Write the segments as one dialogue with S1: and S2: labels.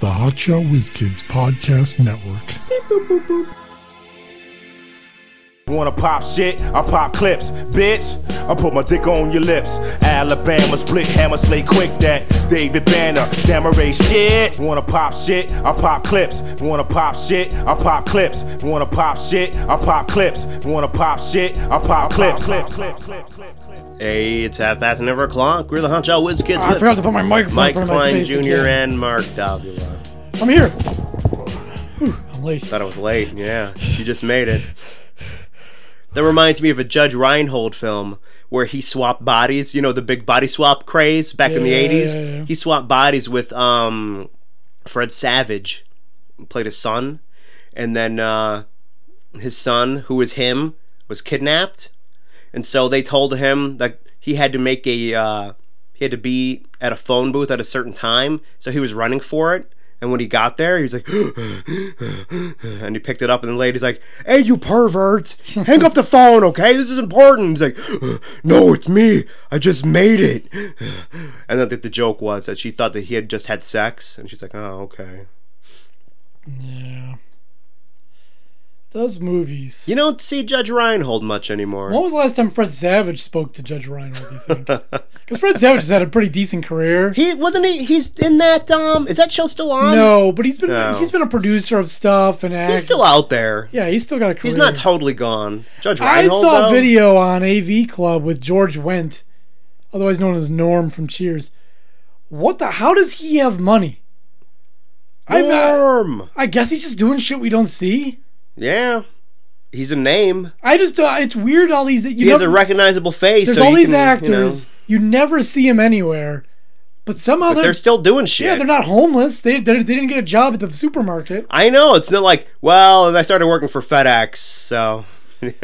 S1: the Hotshot Whiz Kids Podcast Network.
S2: Wanna pop shit? I pop clips, bitch. I put my dick on your lips. Alabama split hammer slay quick that David Banner, Damaray shit. Wanna pop shit? I pop clips. Wanna pop shit? I pop clips. Wanna pop shit? I pop clips. Wanna pop shit? I pop clips. clips, clips, clips, clips, clips.
S3: Hey, it's half past an hour o'clock. We're the Hot Shot Woods Kids
S4: I
S3: with
S4: forgot to put my microphone
S3: Mike
S4: in front of my
S3: Klein
S4: face
S3: Jr.
S4: again.
S3: and Mark Davila.
S4: I'm here. Whew, I'm late.
S3: Thought I was late. Yeah, you just made it. That reminds me of a Judge Reinhold film where he swapped bodies. You know the big body swap craze back in the
S4: Yeah, yeah,
S3: '80s.
S4: yeah, yeah.
S3: He swapped bodies with um, Fred Savage, who played his son, and then uh, his son, who was him, was kidnapped, and so they told him that he had to make a uh, he had to be at a phone booth at a certain time. So he was running for it, and when he got there, he was like. and he picked it up, and the lady's like, "Hey, you perverts! Hang up the phone, okay? This is important." He's like, "No, it's me. I just made it." And then the, the joke was that she thought that he had just had sex, and she's like, "Oh, okay."
S4: Yeah. Those movies.
S3: You don't see Judge Reinhold much anymore.
S4: when was the last time Fred Savage spoke to Judge Reinhold, do you think? Because Fred Savage has had a pretty decent career.
S3: He wasn't he. He's in that. Um, is that show still on?
S4: No, but he's been
S3: No.
S4: he's been a producer of stuff and act.
S3: he's still out there.
S4: Yeah, he's still got a career.
S3: He's not totally gone. Judge
S4: I
S3: Reinhold.
S4: saw a
S3: though?
S4: video on AV Club with George Wendt, otherwise known as Norm from Cheers. What the? How does he have money? I'm not-
S3: Norm.
S4: I guess he's just doing shit we don't see.
S3: Yeah, he's a name.
S4: I just uh, it's weird all these you
S3: He has
S4: never-
S3: a recognizable face.
S4: there's
S3: so
S4: all
S3: you
S4: these
S3: can, you know,
S4: actors you, never see them anywhere, but somehow
S3: but
S4: they're,
S3: they're still doing shit.
S4: yeah they're not homeless. They they're, they didn't get a job at the supermarket.
S3: I know. It's not like well, and I started working for FedEx, so you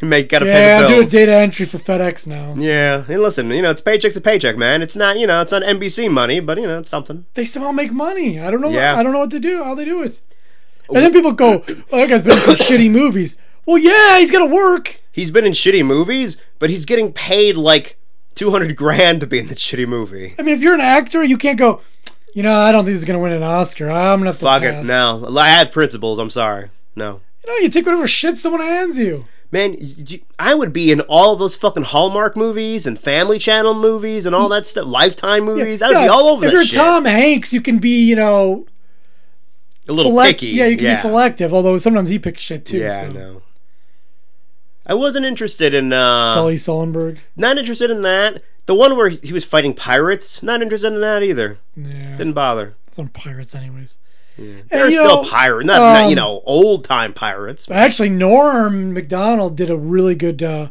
S3: may gotta
S4: Yeah, I'm
S3: pay the
S4: doing
S3: bills.
S4: data entry for FedEx now.
S3: yeah, and listen, you know, it's paycheck to paycheck, man. It's not, you know, it's not NBC money, but you know, it's something.
S4: They somehow make money. I don't know.
S3: Yeah.
S4: I don't know what to do. How they do it. And then people go, "Oh, that guy's been in some shitty movies." Well, yeah, he's got to work.
S3: He's been in shitty movies, but he's getting paid like two hundred grand to be in the shitty movie.
S4: I mean, if you're an actor, you can't go. You know, I don't think he's gonna win an Oscar. I'm gonna have to
S3: Fuck
S4: pass."
S3: it, no. I had principles. I'm sorry, no.
S4: You know, you take whatever shit someone hands you.
S3: Man, y- y- I would be in all those fucking Hallmark movies and Family Channel movies and all that stuff, Lifetime movies. I would be
S4: Yeah,
S3: all over
S4: If
S3: that
S4: you're
S3: shit.
S4: Tom Hanks, you can be, you know,
S3: a little
S4: select-
S3: picky.
S4: Yeah, you can be selective. Although sometimes he picks shit too.
S3: Yeah,
S4: so.
S3: I know. I wasn't interested in uh
S4: Sully Sullenberg.
S3: not interested in that. The one where he was fighting pirates, not interested in that either.
S4: Yeah,
S3: Didn't bother.
S4: some pirates, anyways. And,
S3: They're
S4: you
S3: still
S4: know,
S3: pirates, not, not,
S4: um,
S3: you know old time pirates.
S4: Actually, Norm Macdonald did a really good uh,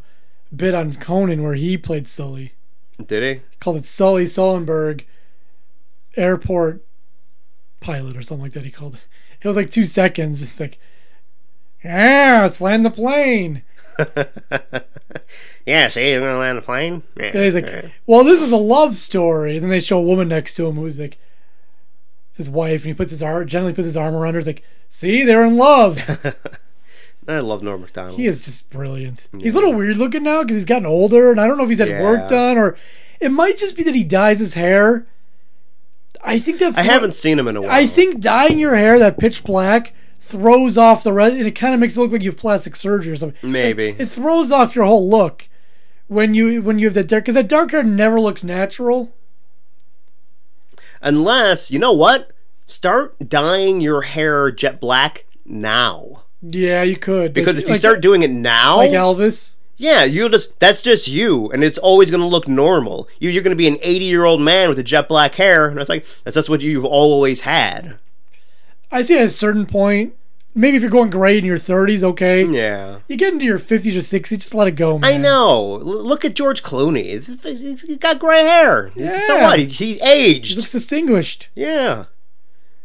S4: bit on Conan where he played Sully.
S3: Did
S4: called it Sully Sullenberg Airport Pilot or something like that. He called it. It was like two seconds, just like, yeah, let's land the plane.
S3: he? Yeah, see, you're gonna land a plane. Yeah.
S4: And he's like, well, this is a love story. And then they show a woman next to him who's like, it's his wife, and he puts his arm, generally puts his arm around her. He's like, see, they're in love.
S3: I love Norm Macdonald.
S4: he is just brilliant. He's a little weird looking now because he's gotten older, and I don't know if he's had
S3: Yeah.
S4: work done or it might just be that he dyes his hair. I think that's
S3: I
S4: not-
S3: haven't seen him in a while.
S4: I think dyeing your hair that pitch black throws off the rest, and it kind of makes it look like you have plastic surgery or something.
S3: maybe.
S4: It throws off your whole look when you when you have that dark because that dark hair never looks natural.
S3: Unless you know what, start dyeing your hair jet black now.
S4: Yeah, you could
S3: Because
S4: Like-
S3: if you
S4: like-
S3: start doing it now,
S4: like Elvis,
S3: Yeah, you just that's just you, and it's always gonna look normal. You you're gonna be an eighty year old man with a jet black hair, and it's like that's just what you've always had.
S4: I see at a certain point. Maybe if you're going gray in your 30s, okay.
S3: Yeah.
S4: You get into your 50s or 60s, just let it go, man.
S3: I know. L- look at George Clooney. He's, he's he's got gray hair. So
S4: Yeah.
S3: what? He, he
S4: It
S3: aged.
S4: looks distinguished,
S3: yeah.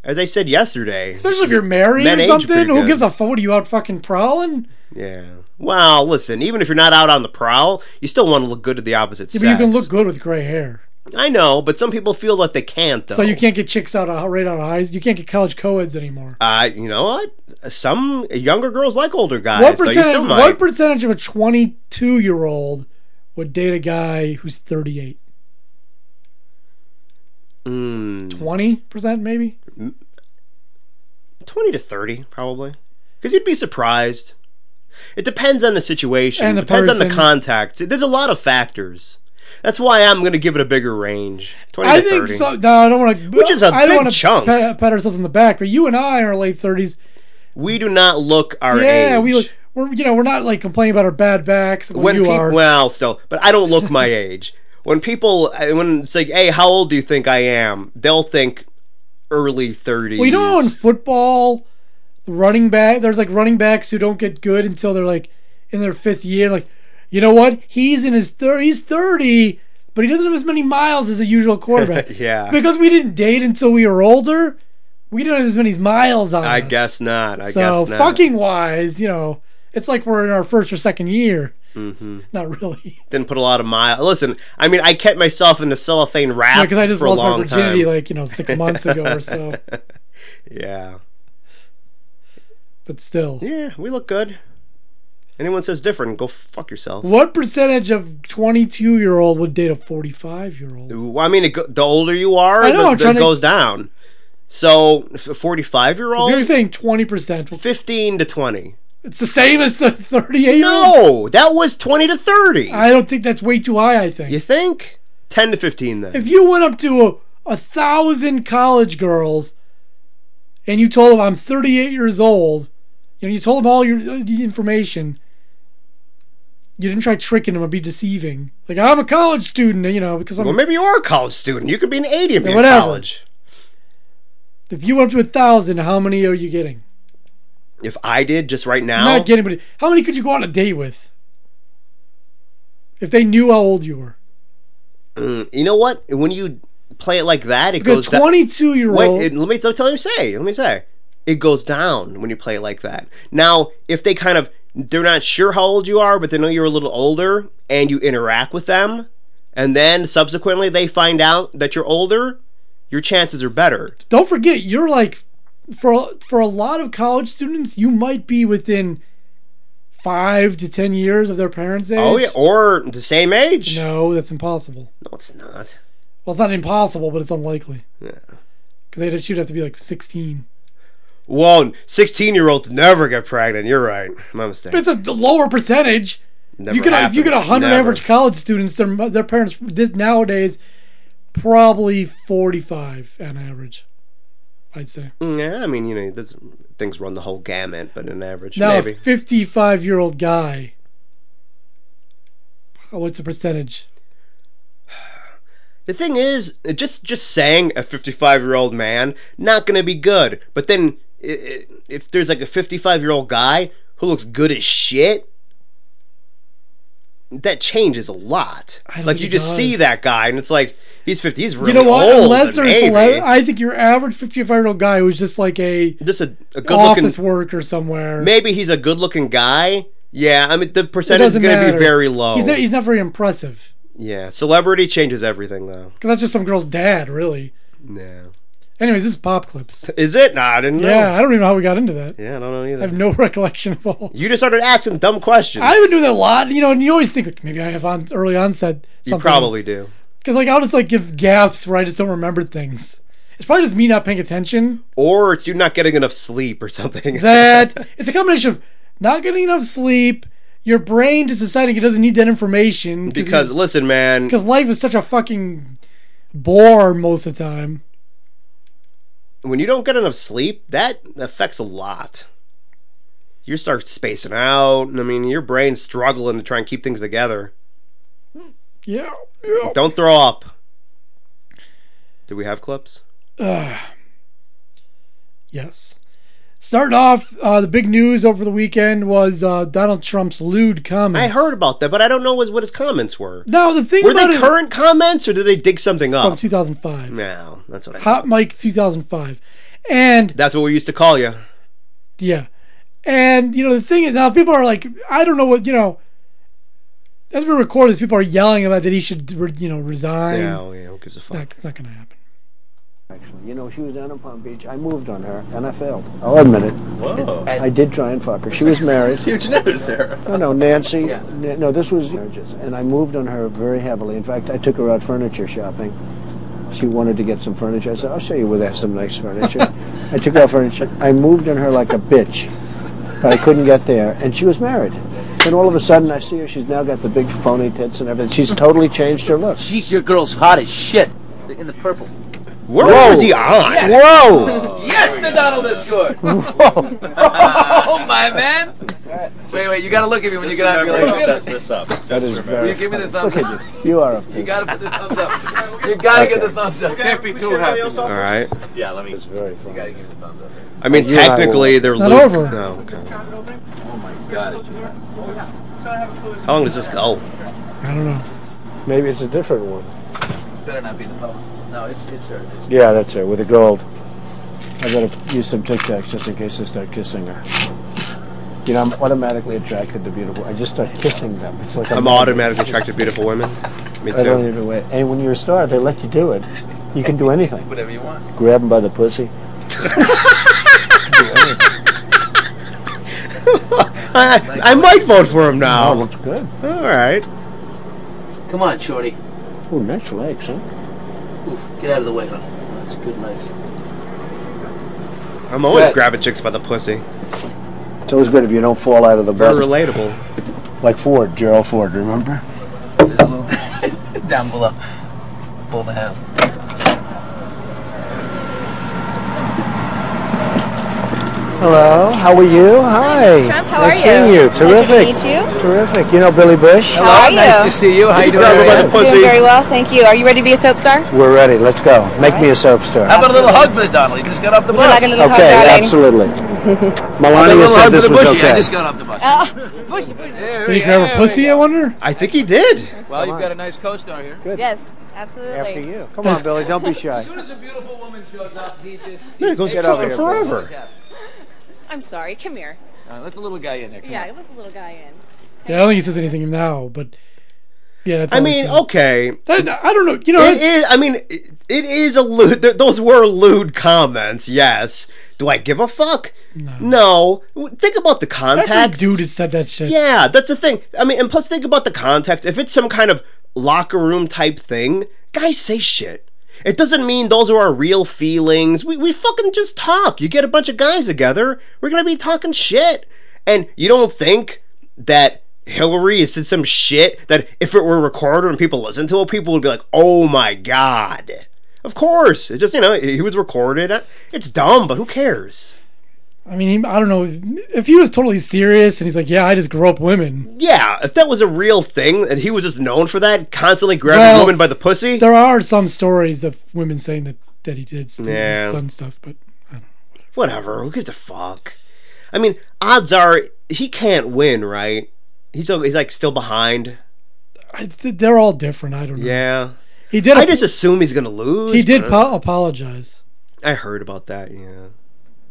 S3: As I said yesterday.
S4: especially if you're married
S3: Men
S4: or
S3: age
S4: something.
S3: pretty
S4: Who
S3: good.
S4: gives a fuck? What are you out fucking prowling?
S3: Yeah. Well, listen. Even if you're not out on the prowl, you still want to look good to the opposite
S4: Yeah,
S3: sex.
S4: but you can look good with gray hair.
S3: I know, but some people feel that they can't. Though.
S4: So you can't get chicks out of right out of high. You can't get college co-eds anymore.
S3: Uh, you know what? Some younger girls like older guys.
S4: What
S3: so you
S4: percentage?
S3: still might.
S4: what percentage of a 22 year old would date a guy who's 38?
S3: Mm. Hmm,
S4: 20 percent maybe.
S3: twenty to thirty, probably, because you'd be surprised. It depends on the situation.
S4: And the
S3: depends on the
S4: person.
S3: contact. There's a lot of factors. That's why I'm going to give it a bigger range. Twenty
S4: I
S3: to
S4: think
S3: 30.
S4: so. No, I don't want to.
S3: Which is a
S4: I don't
S3: big
S4: wanna
S3: chunk.
S4: Pat, pat ourselves on the back, but you and I are late thirties.
S3: We do not look our age.
S4: Yeah, we look. We're you know we're not like complaining about our bad backs. Well,
S3: when
S4: you
S3: peop-
S4: are.
S3: well still but i don't look my age when people I- when it's like hey how old do you think i am they'll think early 30s
S4: Well, you know, how in football, the running back, there's like running backs who don't get good until they're like in their fifth year. Like, you know what? He's in his thir- he's thirty, but he doesn't have as many miles as a usual quarterback.
S3: Yeah.
S4: because we didn't date until we were older. We didn't have as many miles on.
S3: i
S4: us.
S3: guess not i
S4: so
S3: guess not
S4: fucking wise, you know, it's like we're in our first or second year. Mm-hmm. Not really,
S3: didn't put a lot of mile listen i mean i kept myself in the cellophane wrap
S4: because I just
S3: for
S4: lost
S3: a
S4: my
S3: long
S4: virginity
S3: time
S4: like you know six months ago or so.
S3: yeah
S4: But still,
S3: yeah we look good anyone says different go fuck yourself
S4: What percentage of 22 year old would date a 45 year old?
S3: Well, I mean, it go- the older you are,
S4: I know, I'm
S3: the, the
S4: trying
S3: it
S4: to-
S3: goes down. So, forty-five year
S4: You're
S3: old,
S4: saying 20%. Well,
S3: fifteen to twenty.
S4: It's the same as the 38 year old.
S3: No, that was 20 to 30.
S4: I don't think that's way too high, I think.
S3: you think? 10 to 15 then.
S4: If you went up to a, a thousand college girls and you told them, I'm 38 years old, you know, you told them all your uh, the information, you didn't try tricking them or be deceiving. Like, I'm a college student, you know, because I'm
S3: well, maybe you are a college student. You could be an 80 and be
S4: Yeah,
S3: in
S4: whatever.
S3: college.
S4: if you went up to a thousand, how many are you getting?
S3: If I did just right now,
S4: Not getting, but how many could you go on a date with? If they knew how old you were.
S3: Mm, you know what? When you play it like that, it
S4: Like a
S3: goes down.
S4: 22 year
S3: Wait,
S4: old.
S3: it, let me let me tell you say. Let me say. It goes down when you play it like that. Now, if they kind of they're not sure how old you are, but they know you're a little older and you interact with them, and then subsequently they find out that you're older, your chances are better.
S4: Don't forget, you're like, for, for a lot of college students, you might be within five to 10 years of their parents' age.
S3: Oh yeah, or the same age.
S4: No, that's impossible.
S3: No, it's not.
S4: Well, it's not impossible, but it's unlikely.
S3: Yeah.
S4: Because they'd shoot have to be like 16.
S3: Well, sixteen-year-olds never get pregnant. You're right. My mistake.
S4: It's a d- lower percentage.
S3: Never
S4: you could if you
S3: happens.
S4: get 100
S3: Never.
S4: average college students, their, mo- their parents this, nowadays, probably 45 on average, I'd say.
S3: Mm, Yeah, I mean, you know, that's, things run the whole gamut, but an average,
S4: Now, a
S3: maybe
S4: 55 year old guy. Oh, What's the percentage?
S3: the thing is, uh, just just saying a fifty-five-year-old man not gonna be good. But then, i- i- if there's like a fifty-five-year-old guy who looks good as shit. That changes a lot.
S4: I don't
S3: Like
S4: think
S3: you
S4: it
S3: just see
S4: does.
S3: that guy, and it's like he's fifty. He's really
S4: You know what?
S3: old.
S4: Unless
S3: and
S4: they're a
S3: maybe-
S4: celeb, I think your average 55 year old guy who's just like a
S3: just a, a good-looking
S4: office worker somewhere.
S3: maybe he's a good looking guy. Yeah, I mean the
S4: It
S3: percentage is
S4: doesn't
S3: going to
S4: matter.
S3: be very low.
S4: He's not, he's not very impressive.
S3: yeah, celebrity changes everything though.
S4: Because that's just some girl's dad, really.
S3: Yeah,
S4: Anyways, this is Pop Clips.
S3: is it? Nah, I didn't
S4: Yeah,
S3: know.
S4: I don't even know how we got into that.
S3: Yeah, I don't know
S4: I have
S3: either.
S4: no recollection of all.
S3: You just started asking dumb questions.
S4: I've been doing that a lot, you know, and you always think, like, maybe I have on early onset.
S3: you
S4: Something.
S3: probably do.
S4: Because, like, I'll just, like, give gaps where I just don't remember things. It's probably just me not paying attention.
S3: Or it's you not getting enough sleep or something.
S4: that it's a combination of not getting enough sleep, your brain just deciding it doesn't need that information
S3: because listen, man,
S4: because life is such a fucking bore most of the time.
S3: when you don't get enough sleep, that affects a lot. You start spacing out. and I mean, your brain's struggling to try and keep things together.
S4: Yeah. yeah.
S3: Don't throw up. Do we have clips?
S4: Yes. Starting off, uh, the big news over the weekend was uh, Donald Trump's lewd
S3: I
S4: comments.
S3: heard about that, but I don't know what, what his comments were.
S4: No, the thing
S3: Were
S4: about
S3: they
S4: it
S3: current comments or did they dig something
S4: from
S3: up?
S4: 2005,
S3: No, that's what I.
S4: Hot Mike 2005, and
S3: That's what we used to call you.
S4: Yeah. And, you know, the thing is, now people are like, I don't know what, you know, as we record this, people are yelling about that he should, re- you know, resign.
S3: No, yeah, who gives a fuck?
S4: Not, not going to happen.
S5: actually. You know, she was down in Palm Beach. I moved on her, and I failed. I'll admit it. Whoa. I, I did try and fuck her. She was married.
S6: huge news there.
S5: No, no, Nancy. Na- No, this was marriages, and I moved on her very heavily. In fact, I took her out furniture shopping. She wanted to get some furniture. I said, I'll show you where they have some nice furniture. I took her furniture. I moved on her like a bitch, but I couldn't get there. And she was married. Then all of a sudden, I see her. She's now got the big phony tits and everything. She's totally changed her look.
S6: Jeez, your girl's hot as shit. In the purple.
S3: What Whoa. was he on?
S5: Whoa!
S6: Yes, the Donald has scored. oh my man. Wait, wait. You gotta look at me when you get out. You're like,
S2: sets this up.
S5: That is
S6: Will
S5: very.
S6: you give me the thumbs
S5: Look
S6: up?
S5: at you. You are a
S6: You gotta put the thumbs up. You gotta get the thumbs up. Can't be too happy. You
S3: All right.
S2: Yeah, let me.
S5: It's very funny.
S6: gotta give the thumbs up.
S3: I mean,
S5: Yeah, I will.
S3: technically, they're
S4: Oh, not
S3: Luke-
S4: over.
S3: No, okay.
S6: Got it.
S3: How long does this go?
S4: I don't know.
S5: Maybe it's a different one.
S6: Better not be the publicist. No, it's it's her. It's
S5: Yeah, that's her with the gold. I gotta use some Tic Tacs just in case I start kissing her. You know, I'm automatically attracted to beautiful. I just start kissing them. It's like
S3: I'm automatically attracted to beautiful women. Me
S5: I don't
S3: too.
S5: even wait. And when you're a star, they let you do it. You can do anything.
S6: whatever you want.
S5: Grab them by the pussy.
S3: I, I, I might vote for him
S5: Oh,
S3: now.
S5: looks good.
S3: All right.
S6: Come on, shorty.
S5: Oh, nice legs, huh?
S6: Oof, get out of the way, honey. That's good legs.
S3: I'm always
S6: Good.
S3: grabbing chicks by the pussy.
S5: It's always good if you don't fall out of the
S3: Very
S5: bus.
S3: relatable.
S5: Like Ford, Gerald Ford, remember?
S6: Down below. Pull the hell.
S5: Hello, Oh, how are you? Hi.
S7: Trump, how
S5: nice
S7: are you?
S5: seeing you.
S7: Pleasure to
S5: Terrific.
S7: meet you.
S5: Terrific. You know Billy Bush?
S7: How are you?
S6: Nice to see you. How you doing?
S3: Grab her by
S6: Ariel?
S3: the pussy.
S7: Doing very well, thank you. Are you ready to be a soap star?
S5: We're ready. Let's go. Make me a soap star.
S6: How about a little hug for the Donald? He just got off the
S7: Was it
S6: bus.
S7: like a little hug
S5: Okay,
S7: outing?
S5: absolutely.
S6: A
S5: Melania
S6: little
S5: said
S6: hug for
S5: this
S6: the
S5: was
S6: bushy. I
S5: okay.
S6: just got off the bus.
S7: Oh, bushy, bushy.
S6: There
S4: Did
S6: we
S4: he grab
S6: go.
S4: her pussy? I wonder.
S3: I think he did.
S6: Well, you've got a nice co-star here.
S7: Yes, absolutely.
S5: After you. Come on, Billy. Don't be shy.
S6: As soon as a beautiful woman shows up, he just
S3: It goes
S5: Get
S3: for-
S5: over here,
S3: forever.
S7: I'm sorry. Come here.
S6: All right, let the little guy in there. Come
S7: Yeah, let the little guy in.
S4: Yeah, I don't think he says anything now, but yeah, that's.
S3: I
S4: all he
S3: mean,
S4: said.
S3: okay.
S4: That- I don't know. You know,
S3: It is. I mean, it, it is a lewd. th- Those were lewd comments. Yes. Do I give a fuck? No. W- Think about the context.
S4: every dude has said that shit.
S3: Yeah, that's the thing. I mean, and plus think about the context. If it's some kind of locker room type thing, guys say shit. It doesn't mean those are our real feelings. We, we fucking just talk. You get a bunch of guys together, we're gonna be talking shit. And you don't think that Hillary has said some shit that if it were recorded and people listened to it, people would be like, oh my god. Of course. It just, you know, he was recorded. It's dumb, but who cares?
S4: I mean, he, I don't know if, if he was totally serious and he's like, "Yeah, I just grew up women."
S3: Yeah, if that was a real thing and he was just known for that, constantly grabbing
S4: Well,
S3: women by the pussy.
S4: There are some stories of women saying that that he did st-
S3: Yeah.
S4: done stuff, but
S3: Whatever, who gives a fuck? I mean, odds are he can't win, right? He's al- he's like still behind.
S4: I, th- they're all different. I don't know.
S3: Yeah,
S4: He did.
S3: I just assume he's gonna lose.
S4: he did
S3: but-
S4: po- apologize.
S3: I heard about that. Yeah,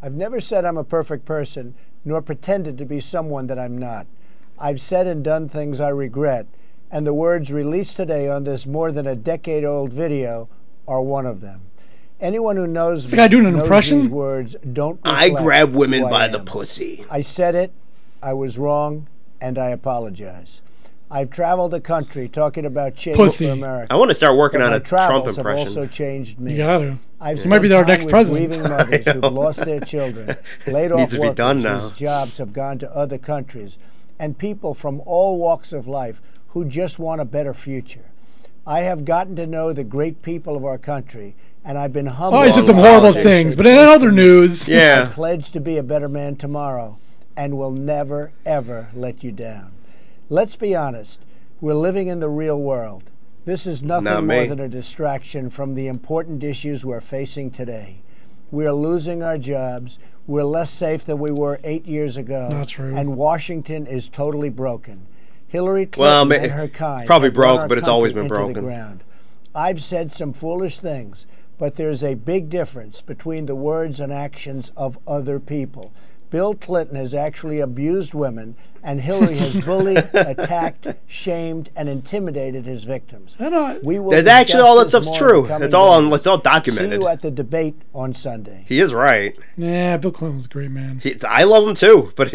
S5: I've never said I'm a perfect person, nor pretended to be someone that I'm not. I've said and done things I regret, and the words released today on this more than a decade old video are one of them. Anyone who knows
S4: the guy doing an
S5: knows
S4: impression?
S5: these words don't
S3: I
S5: reflect
S3: grab women
S5: who I
S3: by the
S5: am.
S3: pussy.
S5: I said it, I was wrong, and I apologize. I've traveled the country talking about change
S4: Pussy.
S5: for America.
S3: I want to start working
S5: but
S3: on
S5: my
S3: a Trump
S5: travels have also
S3: impression.
S5: changed me.
S4: You gotta.
S5: I've
S4: He might be
S5: spent
S4: our
S5: time
S4: next
S5: with
S4: president.
S5: Grieving mothers who've lost their children, laid
S3: Needs
S5: off
S3: to be
S5: workers
S3: done now.
S5: whose jobs have gone to other countries, and people from all walks of life who just want a better future. I have gotten to know the great people of our country, and I've been humbled.
S4: Oh, he said some
S3: Wow.
S4: horrible things, but in other news,
S3: Yeah,
S5: Pledge to be a better man tomorrow, and will never ever let you down. Let's be honest. We're living in the real world. This is nothing
S3: Not me.
S5: more than a distraction from the important issues we're facing today. We're losing our jobs. We're less safe than we were eight years ago.
S4: Not true.
S5: And Washington is totally broken. Hillary
S3: Well,
S5: Clinton
S3: ma-
S5: and her kind
S3: probably
S5: have run
S3: broke,
S5: our
S3: but it's always
S5: country
S3: been
S5: into the
S3: broken.
S5: ground. I've said some foolish things, but there's a big difference between the words and actions of other people. Bill Clinton has actually abused women, and Hillary has bullied, attacked, shamed, and intimidated his victims.
S4: I don't.
S5: We will
S3: that's
S5: discuss
S3: actually all that
S5: this
S3: stuff's
S5: more in the
S3: true.
S5: coming
S3: It's all on.
S5: days.
S3: It's all
S5: See
S3: documented.
S5: you at the debate on Sunday.
S3: He is right.
S4: Nah, Bill Clinton was a great man.
S3: He, I love him too, but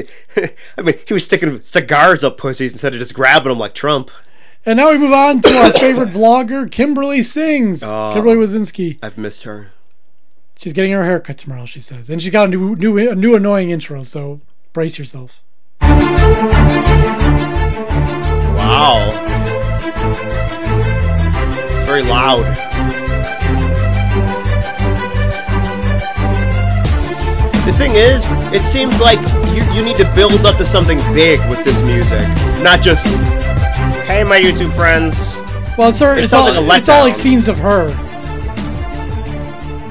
S3: I mean, he was sticking cigars up pussies instead of just grabbing them like Trump.
S4: And now we move on to our favorite vlogger, Kimberly Sings.
S3: Oh.
S4: Kimberly Wazinski.
S3: I've missed her.
S4: She's getting her haircut tomorrow, she says. And she's got a new, new, a new annoying intro, so brace yourself.
S3: Wow. It's very loud. The thing is, it seems like you, you need to build up to something big with this music. Not just, hey, my YouTube friends.
S4: Well, it's, her,
S3: It
S4: it's, all,
S3: sounds like a
S4: it's all like
S3: letdown.
S4: scenes of her.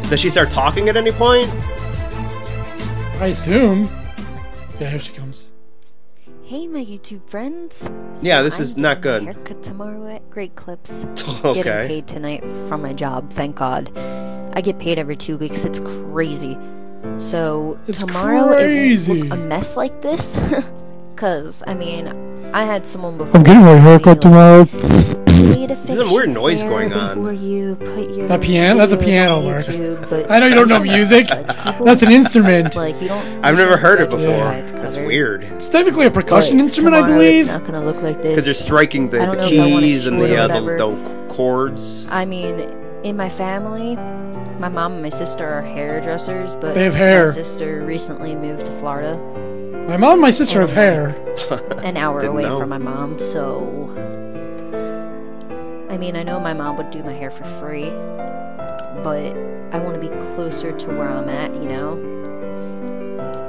S3: Does she start talking at any point?
S4: I assume. Yeah, here she comes.
S8: Hey, my YouTube friends.
S3: Yeah, this
S8: I'm
S3: is not
S8: getting
S3: good.
S8: my Haircut tomorrow at Great Clips.
S3: Okay.
S8: Getting paid tonight from my job, thank God. I get paid every two weeks. It's crazy. So
S4: It's
S8: tomorrow it
S4: crazy.
S8: won't look a mess like this, cause I mean, I had someone before.
S1: I'm getting my
S8: tell me,
S1: haircut
S8: like,
S1: tomorrow.
S8: way to fix
S3: a weird
S8: your
S3: noise
S8: hair
S3: going on.
S8: Before you put your
S4: That piano- that's a
S8: videos on
S4: piano, Mark.
S8: YouTube, but
S4: I know you don't know music. That's an instrument.
S8: Like you don't.
S3: I've never heard it
S8: Yeah.
S3: before.
S8: Why it's
S3: That's
S8: covered.
S3: weird.
S4: It's technically a percussion
S8: But
S4: instrument, I
S8: tomorrow
S4: believe.
S8: It's not gonna look like this.
S3: Because they're striking the,
S8: I don't
S3: the
S8: know if I wanna
S3: keys and
S8: shoot
S3: the,
S8: or
S3: uh, the,
S8: whatever.
S3: the chords.
S8: I mean, in my family, my mom and my sister are hairdressers, but
S4: They have hair.
S8: my sister recently moved to Florida,
S4: My mom and my sister have hair.
S8: an hour
S3: Didn't
S8: away
S3: know.
S8: from my mom, so. I mean, I know my mom would do my hair for free, but I want to be closer to where I'm at, you know?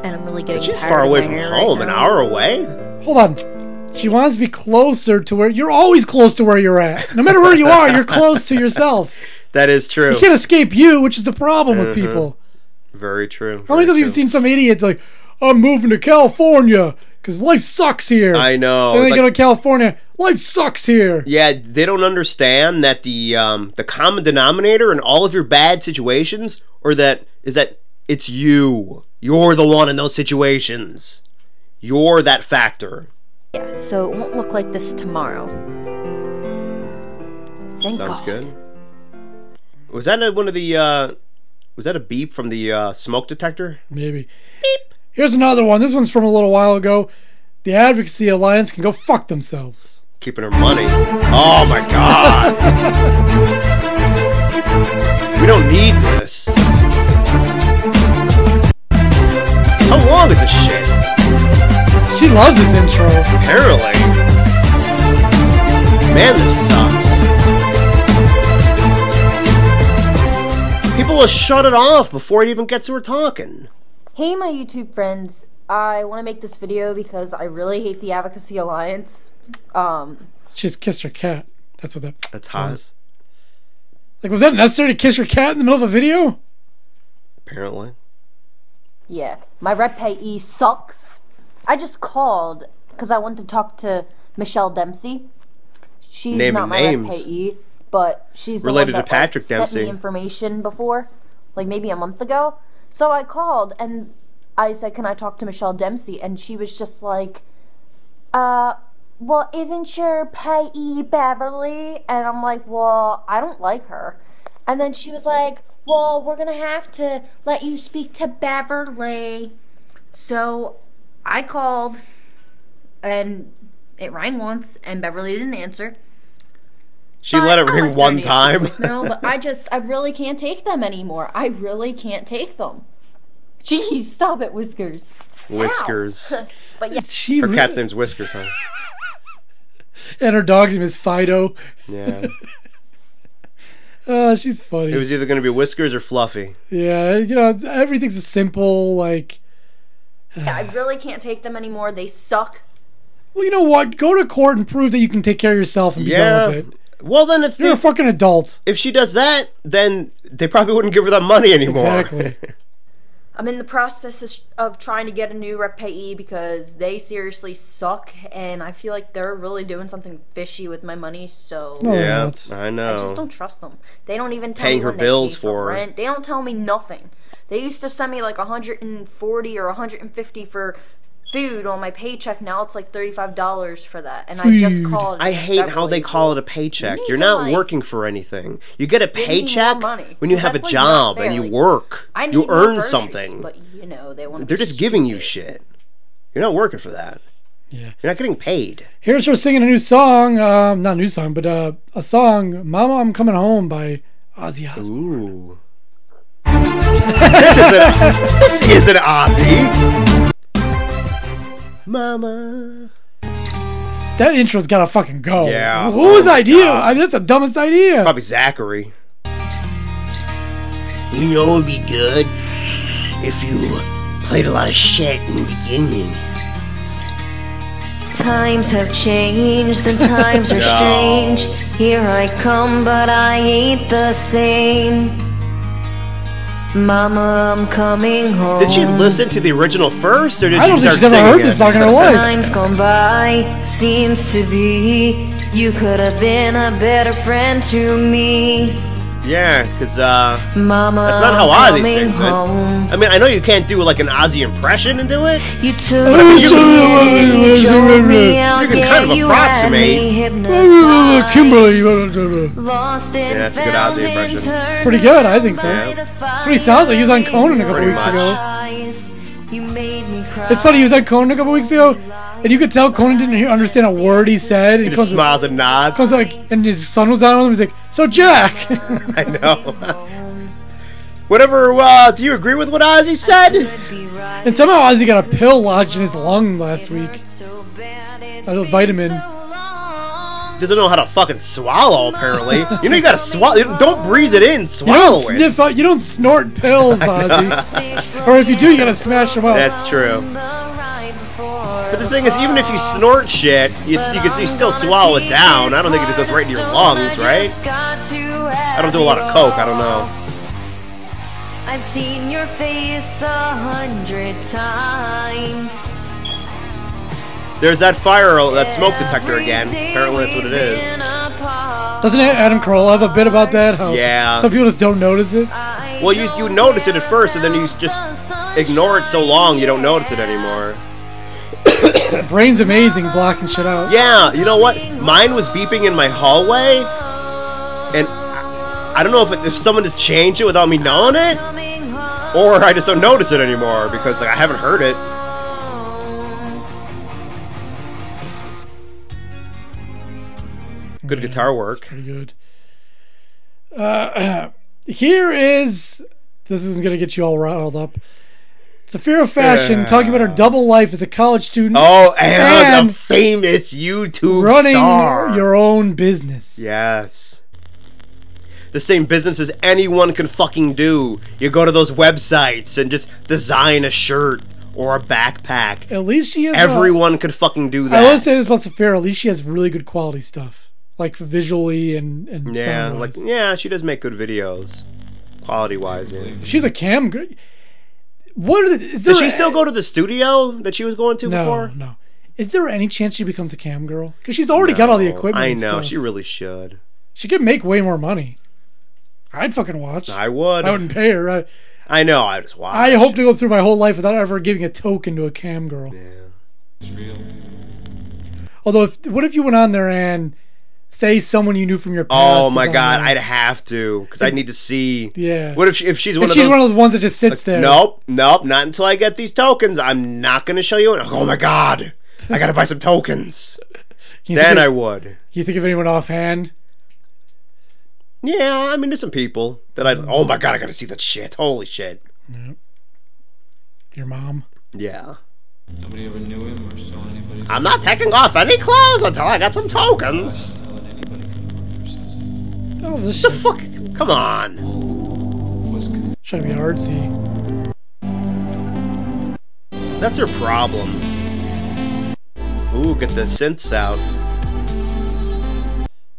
S8: And I'm really getting
S3: She's
S8: tired
S3: far
S8: of
S3: away
S8: my
S3: from
S8: hair
S3: home,
S8: right
S3: an
S8: now.
S3: hour away?
S4: Hold on. She wants to be closer to where you're always close to where you're at. No matter where you are, you're close to yourself.
S3: That is
S4: You
S3: true.
S4: can't escape you, which is the problem with people.
S3: Uh-huh. Very true.
S4: How many
S3: very
S4: times have you
S3: true.
S4: seen some idiots like, I'm moving to California because life sucks here?
S3: I know.
S4: And they
S3: like-
S4: go to California, life sucks here.
S3: Yeah, they don't understand that the um, the common denominator in all of your bad situations, or that is that it's you. You're the one in those situations. You're that factor.
S8: Yeah, so it won't look like this tomorrow. Thank
S3: Sounds
S8: God.
S3: good. Was that a, one of the? Uh, was that a beep from the uh, smoke detector?
S4: Maybe. Here's another one. This one's from a little while ago. The Advocacy Alliance can go fuck themselves.
S3: Keeping her money. Oh my God. we don't need this. How long is this shit?
S4: She loves this intro.
S3: Apparently. Man, this sucks. People will shut it off before it even gets to her talking.
S8: Hey, my YouTube friends. I want to make this video because I really hate the Advocacy Alliance. Um,
S4: She just kissed her cat. That's what that
S3: That's hot.
S4: was. Like, was that necessary to kiss your cat in the middle of a video?
S3: Apparently.
S8: yeah, my rep payee sucks. I just called because I wanted to talk to Michelle Dempsey. She's
S3: Naming
S8: not my
S3: names.
S8: rep payee, but she's the
S3: Related
S8: one
S3: to
S8: that, like,
S3: Patrick
S8: sent
S3: Dempsey.
S8: me information before, like maybe a month ago. So I called and I said, "Can I talk to Michelle Dempsey?" And she was just like, "Uh." well, isn't your payee Beverly? And I'm like, well, I don't like her. And then she was like, well, we're going to have to let you speak to Beverly. So I called and it rang once and Beverly didn't answer.
S3: She let it
S8: I
S3: ring
S8: left her
S3: one
S8: nasty
S3: time.
S8: voicemail, but I just, I really can't take them anymore. I really can't take them. Jeez, stop it, Whiskers.
S3: Whiskers.
S8: But yeah,
S4: She
S3: Her
S4: really-
S3: cat's name's Whiskers, huh?
S4: and her dog's name is Fido.
S3: Yeah.
S4: Uh, she's funny.
S3: It was either going to be Whiskers or Fluffy.
S4: yeah, you know, it's, everything's a simple, like,
S8: I really can't take them anymore. They suck.
S4: well, you know what? Go to court and prove that you can take care of yourself and be done
S3: Yeah.
S4: with it.
S3: Well, then if
S4: You're a
S3: they,
S4: fucking adult.
S3: if she does that, then they probably wouldn't give her that money anymore.
S4: Exactly.
S8: I'm in the process is- of trying to get a new rep payee because they seriously suck, and I feel like they're really doing something fishy with my money. So
S4: No, they're
S3: yeah,
S4: not.
S3: I
S8: I just
S3: know.
S8: don't trust them. They don't even tell
S3: Paying
S8: me
S3: her
S8: when they pay
S3: bills for-
S8: for rent. They don't tell me nothing. They used to send me like 140 or 150 for food on my paycheck. Now it's like 35 dollars for that, and I just
S4: Food.
S8: called. and
S3: I
S8: asked
S3: hate how they
S8: Beverly.
S3: call it a paycheck.
S8: need
S3: You're
S8: to,
S3: not
S8: like,
S3: working for anything. You get a
S8: me more
S3: paycheck
S8: money.
S3: when you
S8: So
S3: have a
S8: that's, like, not
S3: job
S8: fair.
S3: and you
S8: Like,
S3: work.
S8: I
S3: You
S8: need more
S3: earn
S8: groceries,
S3: something.
S8: But you know they want.
S3: They're just giving you shit. You're not working for that. You're not getting paid.
S4: Here's her singing a new song. Um, not a new song, but uh, a song, Mama, I'm Coming Home by Ozzy Osbourne.
S3: Ooh. this is a, this is an Ozzy. Mama.
S4: That intro's gotta fucking go.
S3: Yeah.
S4: Whose
S3: Oh,
S4: idea?
S3: God.
S4: I mean, that's the dumbest idea.
S3: Probably Zachary. You know it would be good if you played a lot of shit in the beginning.
S9: Times have changed and times are
S3: No.
S9: strange. Here I come, but I ain't the same. Mama, I'm coming home.
S3: Did she listen to the original first, or did
S4: I
S3: she
S4: don't think
S3: start
S4: she's ever
S3: singing
S4: heard
S3: it?
S4: this song in her life.
S9: Time's gone by, seems to be. You could have been a better friend to me.
S3: Yeah, because uh,
S9: Mama,
S3: that's not how
S9: I'm
S3: Ozzy
S9: coming
S3: sings it.
S9: home.
S3: I mean, I know you can't do like an Ozzy impression and do it.
S9: You took
S3: you-
S9: me, drove me out,
S3: You can
S9: yeah,
S3: kind of
S9: you had
S3: approximate.
S9: me hypnotized.
S4: Kimberly. That's
S9: Lost and
S3: Yeah, that's a good Ozzy impression.
S9: It's
S4: pretty good, I think so.
S9: That's
S4: what he sounds like. He was on Conan a couple
S3: Pretty
S4: weeks
S3: much.
S4: ago.
S9: You made me cry.
S4: It's funny, he was on Conan a couple weeks ago, and you could tell Conan didn't hear, understand a word he said. And
S3: He
S4: he
S3: just
S4: comes,
S3: smiles and nods.
S4: comes like, and his son was on with him. He's like, "So Jack,
S3: I know. Whatever. Uh, do you agree with what Ozzy said?
S4: And somehow Ozzy got a pill lodged in his lung last week. A little vitamin.
S3: Doesn't know how to fucking swallow. Apparently, you know you gotta swallow. Don't breathe it in.
S4: You don't
S3: Swallow it.
S4: sniff out, you don't snort pills, Ozzy. or if you do, you gotta smash them up.
S3: That's true. But the thing is, even if you snort shit, you, s- you can you still swallow it down. I don't think it goes right into your lungs, right? I
S9: I
S3: don't do a lot of coke. I don't know.
S9: I've seen your face a hundred times.
S3: There's that fire, that smoke detector again. Apparently, that's what it is.
S4: Doesn't Adam Carolla have a bit about that? How
S3: Yeah.
S4: Some people just don't notice it.
S3: Well, you you notice it at first, and then you s- just ignore it so long you don't notice it anymore.
S4: Brain's amazing blocking shit out.
S3: Yeah, you know what? Mine was beeping in my hallway, and I, I don't know if it, if someone just changed it without me knowing it, or I just don't notice it anymore because like, I haven't heard it. Good guitar work.
S4: Pretty good. Uh, here is. This isn't gonna get you all riled up. It's a fear of fashion, talking about her double life as a college student
S3: Oh, and, the
S4: And-
S3: famous YouTube
S4: running
S3: star.
S4: your own business.
S3: Yes. The same businesses anyone can fucking do. You go to those websites and just design a shirt or a backpack.
S4: At least she is. a-
S3: Everyone could fucking do
S4: I will
S3: that.
S4: say this about Saphira. At least she has really good quality stuff, like visually and and
S3: Yeah,
S4: sound
S3: like
S4: wise.
S3: yeah, she does make good videos, quality wise. Yeah.
S4: She's a cam. gr- What are the, is there
S3: Did she still go to the studio that she was going to
S4: eh, no,
S3: before?
S4: No, Is there any chance she becomes a cam girl? Because she's already got all the equipment.
S3: I
S4: and
S3: know
S4: stuff.
S3: she really should.
S4: She could make way more money. I'd fucking watch. I,
S3: I would. I,
S4: wouldn't pay her. I,
S3: know. I just watch.
S4: I hope to go through my whole life without ever giving a token to a cam girl.
S3: Yeah.
S4: Although, if, what if you went on there and say someone you knew from your past?
S3: Oh
S4: is
S3: my
S4: on
S3: god,
S4: there?
S3: I'd have to because I need to see.
S4: Yeah.
S3: What if she, if she's one
S4: If
S3: of
S4: she's
S3: those,
S4: one of those ones that just sits there.
S3: Nope, nope, not until I get these tokens. I'm not gonna show you. it. Oh my god, I gotta buy some tokens.
S4: You
S3: Then
S4: think
S3: I
S4: of,
S3: would.
S4: You think of anyone offhand?
S3: Yeah, I mean, there's some people that I. Oh my god, I gotta see that shit. Holy shit.
S4: Your mom.
S3: Yeah.
S10: Nobody ever knew him or saw anybody.
S3: I'm not taking off any clothes until I got some tokens.
S10: telling anybody could work for Susan.
S4: That was a
S3: The
S4: shit.
S3: fuck? Come on.
S10: Was con-
S4: Trying to be artsy.
S3: That's her problem. Ooh, get the synths out.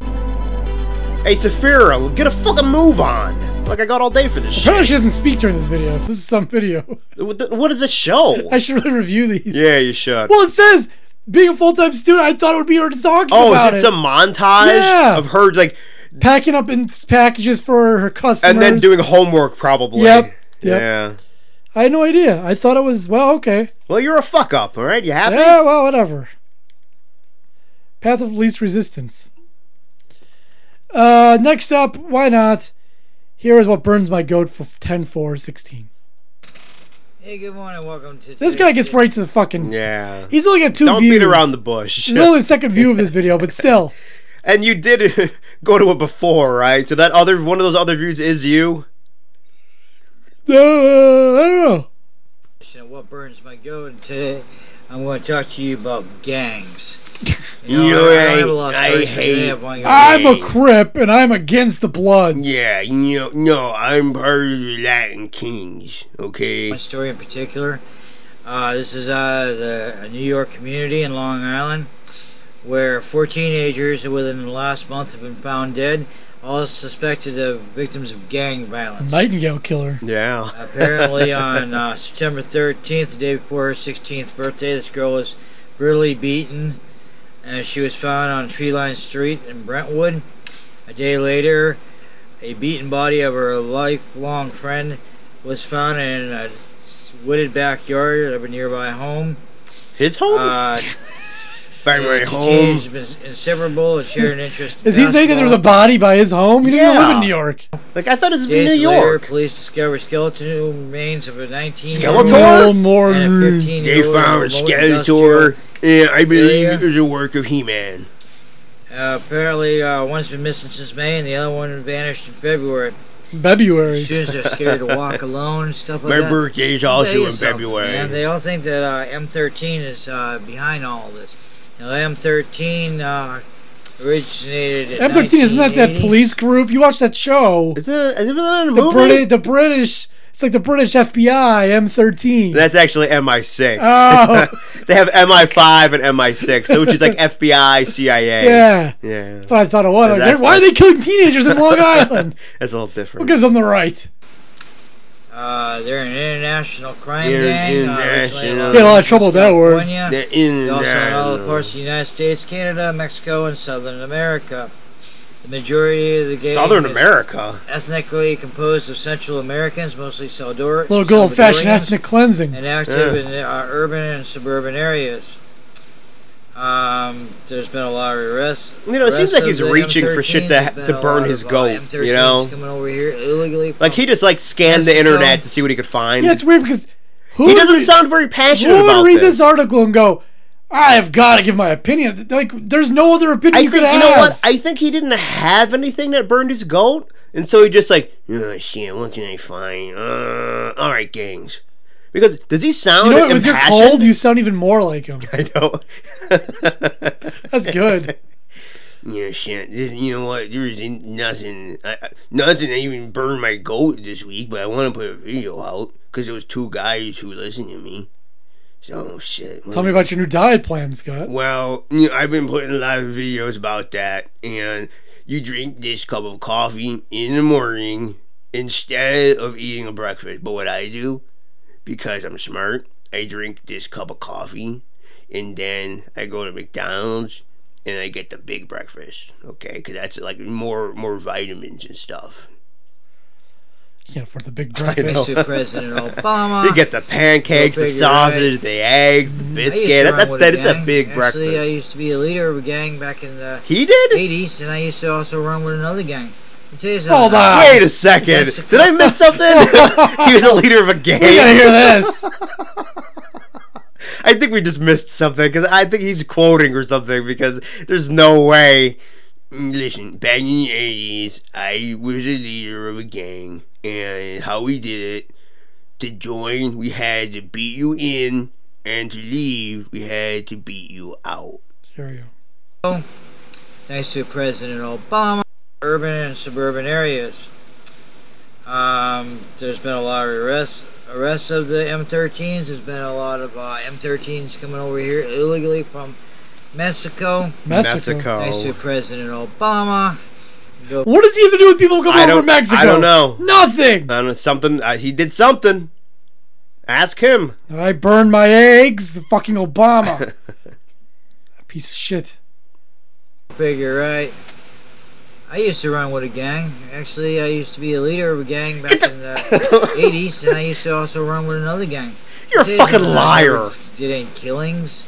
S3: Hey, Saphira, get a fucking move on. Like I got all day for this shit.
S4: Apparently, she doesn't speak during this video. So this is some video.
S3: What the- what is this show?
S4: I should really review these.
S3: Yeah, you should.
S4: Well, it says being a full time student. I thought it would be her talking
S3: oh,
S4: about
S3: it's
S4: it.
S3: a montage
S4: Yeah.
S3: of her like,
S4: Packing up in packages for her customers.
S3: and then doing homework probably.
S4: Yep, yep.
S3: Yeah.
S4: I had no idea. I thought it was well, okay.
S3: Well, you're a fuck up, all right? You happy?
S4: Yeah, well, whatever. Path of least resistance. Uh, next up, why not? Here is what burns my goat for 10, 4, 16.
S11: Hey, good morning. Welcome to
S4: This guy gets right to the fucking.
S3: Yeah.
S4: He's only got two
S3: Don't
S4: views.
S3: beat around the bush.
S4: He's only the second view of this video, but still.
S3: And you did go to it before, right? So that other one of those other views is you.
S4: Uh, I don't know.
S11: today's What Burns My Goat. And today, I'm going to talk to you about gangs. I-
S3: You
S11: I
S3: ain't-
S11: have a lot of
S3: I
S11: stories for today.
S3: hate-
S11: I've only got-
S4: I'm a crip and I'm against the Bloods.
S3: Yeah, no, no, I'm part of the Latin Kings. Okay.
S11: One story in particular. Uh, this is uh, the a New York community in Long Island, where four teenagers within the last month have been found dead, all suspected of victims of gang violence.
S4: Nightingale killer.
S3: Yeah.
S11: Apparently, on uh, September 13th, the day before her 16th birthday, this girl was brutally beaten, and she was found on Tree Line Street in Brentwood. A day later, a beaten body of her lifelong friend was found in a wooded backyard of a nearby home.
S3: His home?
S11: Uh,
S3: By my
S11: the
S3: home.
S11: teenagers have been inseparable and shared an interest. in
S4: Is he saying that there was a
S11: basketball.
S4: body by his home? He doesn't even live in New York.
S3: Like I thought it was
S11: Days
S3: New
S11: Later,
S3: York.
S11: police discovered skeletal remains of a 19
S3: Skeletor?
S11: and a 15
S3: They found Skeletor. Yeah, I believe it was a work of He-Man.
S11: Uh, apparently, uh, one's been missing since May, and the other one vanished in February.
S4: February.
S11: Students are scared to walk alone and stuff like
S3: My
S11: that.
S3: birthday is
S11: I'll
S3: also
S11: tell you
S3: in
S11: something,
S3: February.
S11: man. They all think that uh, M13 is uh, behind all this. Now, M13 uh, originated. in
S4: M13 isn't that that
S11: 1980.
S4: police group? You watch that show.
S3: Is it? Is it on a
S4: the
S3: movie?
S4: British? The British. It's like the British FBI M13.
S3: That's actually MI6.
S4: Oh.
S3: they have MI5 and MI6, so which is like FBI, CIA.
S4: Yeah.
S3: Yeah.
S4: That's what I thought it was. Like,
S3: That's-
S4: they're- why are they killing teenagers in Long Island?
S3: That's a little different.
S4: Because I'm the right.
S11: Uh, they're an international crime
S3: They're
S11: gang.
S3: international.
S11: Uh,
S4: They had a lot of trouble with that word.
S11: They're
S3: They're
S11: also in all the
S3: international.
S11: parts of the United States, Canada, Mexico, and Southern America. The majority of the gang
S3: Southern
S11: is
S3: America?
S11: ethnically composed of Central Americans, mostly Salvador-
S4: little good old-fashioned
S11: Salvadorians,
S4: ethnic cleansing.
S11: and active in uh, urban and suburban areas. Um, there's been a lot of arrests.
S3: You know, it
S11: arrests
S3: seems like
S11: of
S3: he's
S11: the
S3: reaching for shit
S11: M13s.
S3: to-
S11: There's
S3: to
S11: been a
S3: burn
S11: lot
S3: his
S11: of, uh,
S3: goat, you
S11: M13s
S3: know?
S11: coming over here illegally.
S3: Like he just like scanned the
S11: Mexico.
S3: internet to see what he could find.
S4: Yeah, it's weird because who
S3: he
S4: would
S3: doesn't
S4: read-
S3: sound very passionate
S4: who would
S3: about
S4: read
S3: this.
S4: this article and go, I have got to give my opinion. Like, there's no other opinion
S3: I
S4: you
S3: think
S4: could
S3: you
S4: have.
S3: know what? I think he didn't have anything that burned his goat, and so he just like, oh shit, what can I find? Uh, all right, gangs. Because does he sound
S4: You know what? With your
S3: impassioned?
S4: cold, you sound even more like him.
S3: I know.
S4: That's good.
S3: Yeah, shit. This- You know what? There was in- nothing. I, I, nothing that even burned my goat this week, but I want to put a video out because there was two guys who listened to me. So shit.
S4: Tell me about your new diet plan, Scott.
S3: Well, you know, I've been putting a lot of videos about that, and you drink this cup of coffee in the morning instead of eating a breakfast. But what I do, because I'm smart, I drink this cup of coffee, and then I go to McDonald's and I get the big breakfast. Okay, because that's like more more vitamins and stuff.
S4: You can't afford the big
S11: Thanks
S4: breakfast.
S11: to President Obama.
S3: You get the pancakes, the
S11: Go figure,
S3: sausage,
S11: right? Mm-hmm.
S3: the eggs, the
S11: I used to
S3: biscuit.
S11: run
S3: That, that,
S11: with a
S3: that is a
S11: gang.
S3: big
S11: Actually, I
S3: breakfast.
S11: used to be a leader of a gang back in the
S3: He did?
S11: 80s, and I used to also run with another gang. I'll tell you something,
S3: Hold on. Wait a second. Did I miss something? he was the leader of a gang.
S4: We gotta hear this.
S3: I think we just missed something because I think he's quoting or something because there's no way. Listen, back in the 80s, I was a leader of a gang, and how we did it to join, we had to beat you in, and to leave, we had to beat you out.
S4: Here we go.
S11: Thanks to President Obama, urban and suburban areas. Um, there's been a lot of arrests, arrests of the M13s. There's been a lot of uh, M13s coming over here illegally from Mexico.
S4: Mexico. Mexico.
S11: Thanks
S3: Oh.
S11: to President Obama. Go
S4: What does he have to do with people coming
S3: I
S4: over
S3: don't,
S4: from Mexico?
S3: I don't know.
S4: Nothing.
S3: I don't know. Something. Uh, he did something. Ask him.
S4: I burned my eggs. The fucking Obama. Piece of shit.
S11: figure, right? I used to run with a gang. Actually, I used to be a leader of a gang back in the 80s, and I used to also run with another gang.
S3: You're a
S11: Jason
S3: fucking
S11: and I
S3: liar.
S11: never Did any killings.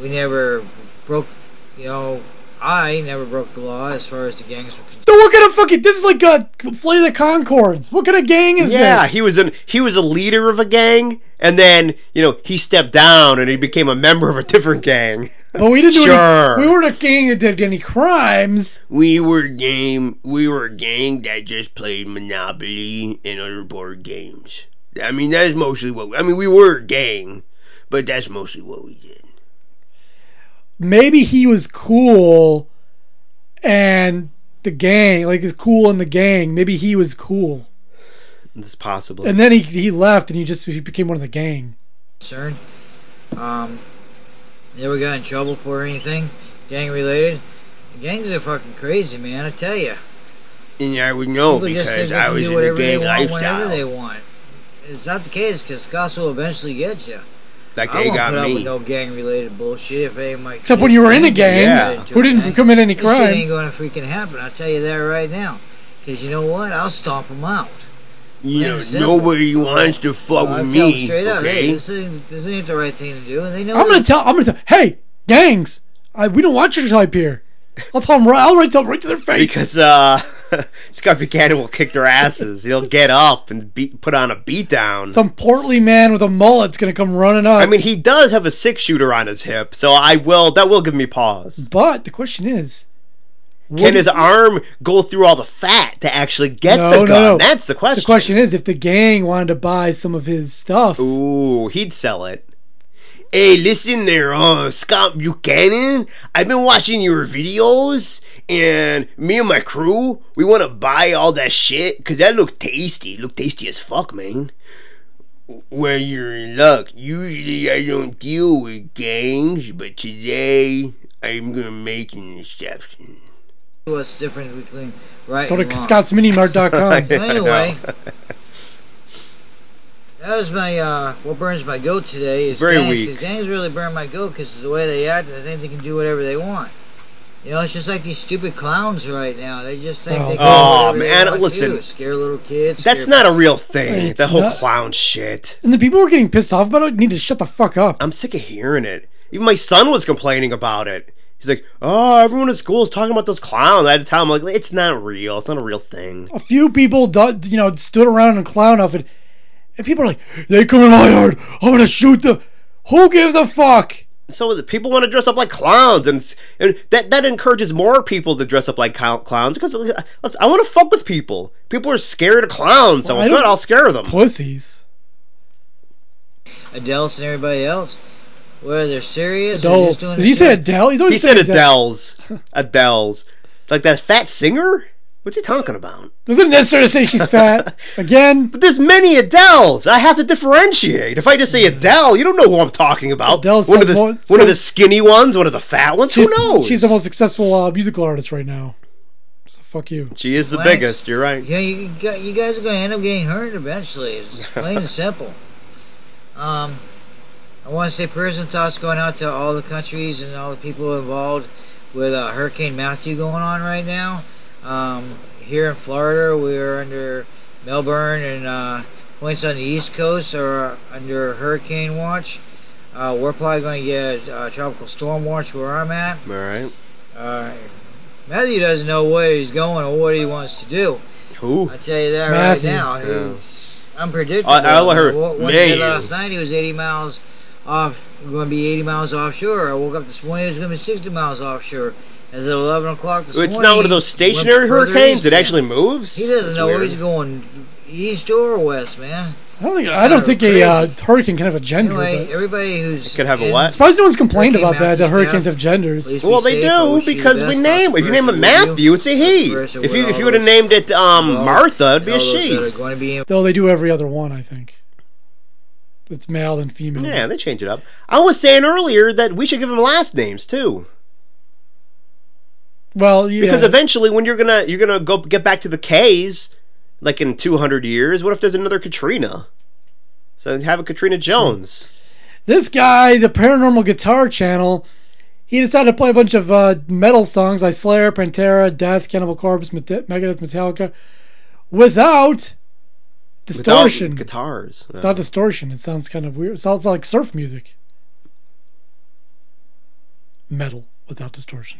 S11: We never broke, you know, I never broke the law as far as the gangs were concerned.
S4: So what kind of fucking? This is like a Flight of the Concords. What kind of gang is
S3: yeah,
S4: this?
S3: he was an he was a leader of a gang, and then you know he stepped down and he became a member of a different gang.
S4: But we didn't do
S3: sure.
S4: any. We weren't a gang that did any crimes.
S3: We were game. We were a gang that just played Monopoly and other board games. I mean, that's mostly what. I mean, we were a gang, but that's mostly what we did.
S4: Maybe he was cool, and the gang like is cool in the gang. Maybe he was cool,
S3: It's possible.
S4: and then he he left, and he just he became one of the gang.
S11: concerned. Um, never got in trouble for anything gang related. Gangs are fucking crazy, man. I tell you.
S3: and I would know
S11: People just think
S3: Oh, because
S11: they
S3: I
S11: can
S3: was
S11: do
S3: in a
S11: whatever they
S3: gang
S11: want whenever
S3: lifestyle.
S11: they want. It's not the case because Costco will eventually get you.
S3: like
S11: I
S3: they
S11: won't
S3: got
S11: put up with
S3: me.
S11: no gang related bullshit if any of my
S4: Except when you were in a gang,
S3: Yeah.
S4: who didn't commit any
S11: This shit ain't
S4: crimes.
S11: going to freaking happen. I'll tell you that right now. Because you know what? I'll stomp them out.
S3: You
S11: Yeah,
S3: know,
S11: simple.
S3: nobody wants to fuck
S11: I'll
S3: with
S11: tell 'em
S3: me.
S11: straight up, hey,
S3: Okay.
S11: this, ain't, this ain't the right thing to do. And they know
S4: I'm
S11: that.
S4: gonna tell. I'm gonna tell. Hey, gangs, I, we don't want your type here. I'll tell them right. I'll write tell 'em right to their face.
S3: because uh, Scott Buchanan will kick their asses. He'll get up and beat, put on a beatdown.
S4: Some portly man with a mullet's gonna come running up.
S3: I mean, he does have a six shooter on his hip, so I will. That will give me pause.
S4: but the question is,
S3: Can his arm go through all the fat to actually get
S4: No,
S3: the
S4: no,
S3: gun?
S4: no.
S3: That's the question.
S4: the question is if the gang wanted to buy some of his stuff.
S3: Ooh, he'd sell it. Hey, listen there, uh, Scott Buchanan. I've been watching your videos, and me and my crew, we want to buy all that shit because that look tasty. Look tasty as fuck, man. Well, you're in luck. Usually I don't deal with gangs, but today I'm gonna make an exception.
S11: what's different between right
S4: Go to
S11: and wrong.
S4: scottsminimart.com.
S11: anyway, that was my uh, what burns my goat today is
S3: Very
S11: gangs,
S3: weak.
S11: 'cause gangs really burn my goat because of the way they act and they think they can do whatever they want. You know, it's just like these stupid clowns right now. They just think they can
S3: Oh,
S11: do whatever
S3: man,
S11: they want
S3: listen.
S11: to. scare little kids.
S3: That's
S11: scare-
S3: not a real thing.
S4: It's
S3: the whole
S4: not-
S3: clown shit.
S4: and the people who are getting pissed off about it need to shut the fuck up.
S3: I'm sick of hearing it. Even my son was complaining about it. He's like, "Oh, everyone at school is talking about those clowns." I had to tell him, "Like, it's not real. It's not a real thing."
S4: A few people, do, you know, stood around in clown outfit, and people are like, "They come in my yard. I'm gonna shoot them." Who gives a fuck?
S3: So is it- people want to dress up like clowns, and, it's- and that that encourages more people to dress up like clow- clowns because uh, let's, I want to fuck with people. People are scared of clowns, so
S4: Well, I
S3: good,
S4: don't-
S3: I'll scare them.
S4: Pussies.
S11: adults and everybody else. Whether they're serious, or just
S4: Adults.
S11: doing
S4: Did he
S11: shit.
S4: say Adele? He's always
S3: He said Adele's, Adele's, like that fat singer. What's he talking about?
S4: Doesn't necessarily say she's fat. Again,
S3: But there's many Adele's. I have to differentiate. If I just say
S4: Mm.
S3: Adele, you don't know who I'm talking about.
S4: Adele's
S3: one of
S4: so
S3: the
S4: mo-
S3: one
S4: so-
S3: of the skinny ones, one of the fat ones.
S4: she's,
S3: who knows?
S4: she's the most successful uh, musical artist right now. So fuck you.
S3: She is the
S11: Lex.
S3: biggest. You're right.
S11: Yeah, you, got- you guys are going to end up getting hurt eventually. It's plain and simple. Um, I want to say prayers and thoughts going out to all the countries and all the people involved with uh, Hurricane Matthew going on right now. Um, here in Florida, we're under Melbourne and uh, points on the East Coast are under hurricane watch. Uh, we're probably going to get uh, tropical storm watch where I'm at.
S3: All right.
S11: Uh, Matthew doesn't know where he's going or what he wants to do.
S3: Who?
S11: I tell you that
S4: Matthew.
S11: right now.
S3: Yeah.
S11: He's unpredictable.
S3: I- I heard,
S11: What, what
S3: "Man,
S11: he did
S3: you."
S11: last night, he was 80 miles off. Going to be 80 miles offshore. I woke up this morning. It was going to be 60 miles offshore. As of 11 o'clock this morning.
S3: It's not one of those
S11: he went
S3: stationary
S11: further
S3: hurricanes.
S11: east
S3: It
S11: now.
S3: actually moves.
S11: He doesn't
S3: That's
S11: know where
S3: weird.
S11: he's going, east or west, man.
S4: I don't think I don't think a uh, hurricane can have a gender.
S11: Anyway,
S4: but-
S11: everybody who's
S3: Could have a
S11: in-
S4: I'm
S3: what?
S4: surprised no one's complained
S11: Hurricane
S4: about that. The
S11: Matthew's
S4: hurricanes
S11: now-
S4: have genders.
S11: Please be
S3: Well, they
S11: safe. I
S3: do
S11: wish you the
S3: because we
S11: best.
S3: name. If you name a Matthew, it's a he.
S11: Congrats to
S3: If you
S11: all
S3: if you would have
S11: those-
S3: named it um,
S11: all-
S3: Martha, it'd be a
S11: all those that
S3: she.
S11: are going to be in-
S4: Though they do every other one, I think. It's male and female.
S3: Yeah, they change it up. I was saying earlier that we should give them last names too.
S4: Well, yeah.
S3: Because eventually, when you're gonna you're gonna go get back to the K's, like in 200 years. What if there's another Katrina? So have a Katrina Jones.
S4: this guy, the Paranormal Guitar Channel, he decided to play a bunch of uh, metal songs by Slayer, Pantera, Death, Cannibal Corpse, Meta- Megadeth, Metallica, without
S3: Without
S4: distortion. Without,
S3: guitars. Uh,
S4: distortion. It sounds kind of weird. It sounds like surf music. Metal without distortion.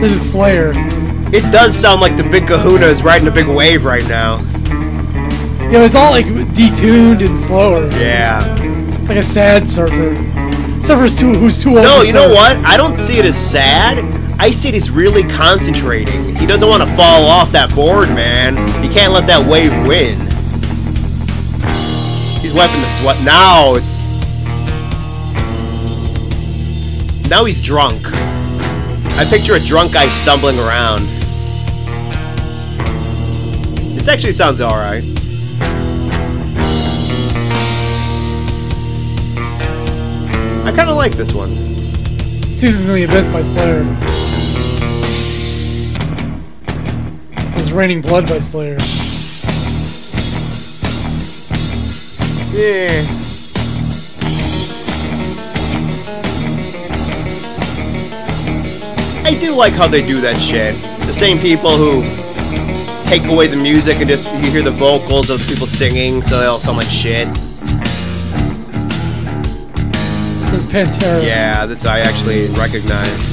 S4: This is Slayer.
S3: It does sound like the big kahuna is riding a big wave right now.
S4: Yeah, but it's all like detuned and slower.
S3: Yeah.
S4: It's like a sad surfer. Surfer's too who's too old.
S3: No,
S4: to
S3: you know
S4: surf.
S3: what? I don't see it as sad. I see it as really concentrating. He doesn't want to fall off that board, man. He can't let that wave win. He's wiping the sweat. Now it's. Now he's drunk. I picture a drunk guy stumbling around. It actually sounds alright. I kind of like this one.
S4: Seasons in the Abyss by Slayer. It's Raining Blood by Slayer.
S3: Yeah. I do like how they do that shit. The same people who take away the music and just you hear the vocals of people singing, so they all sound like shit.
S4: This is Pantera.
S3: Yeah, this I actually recognize.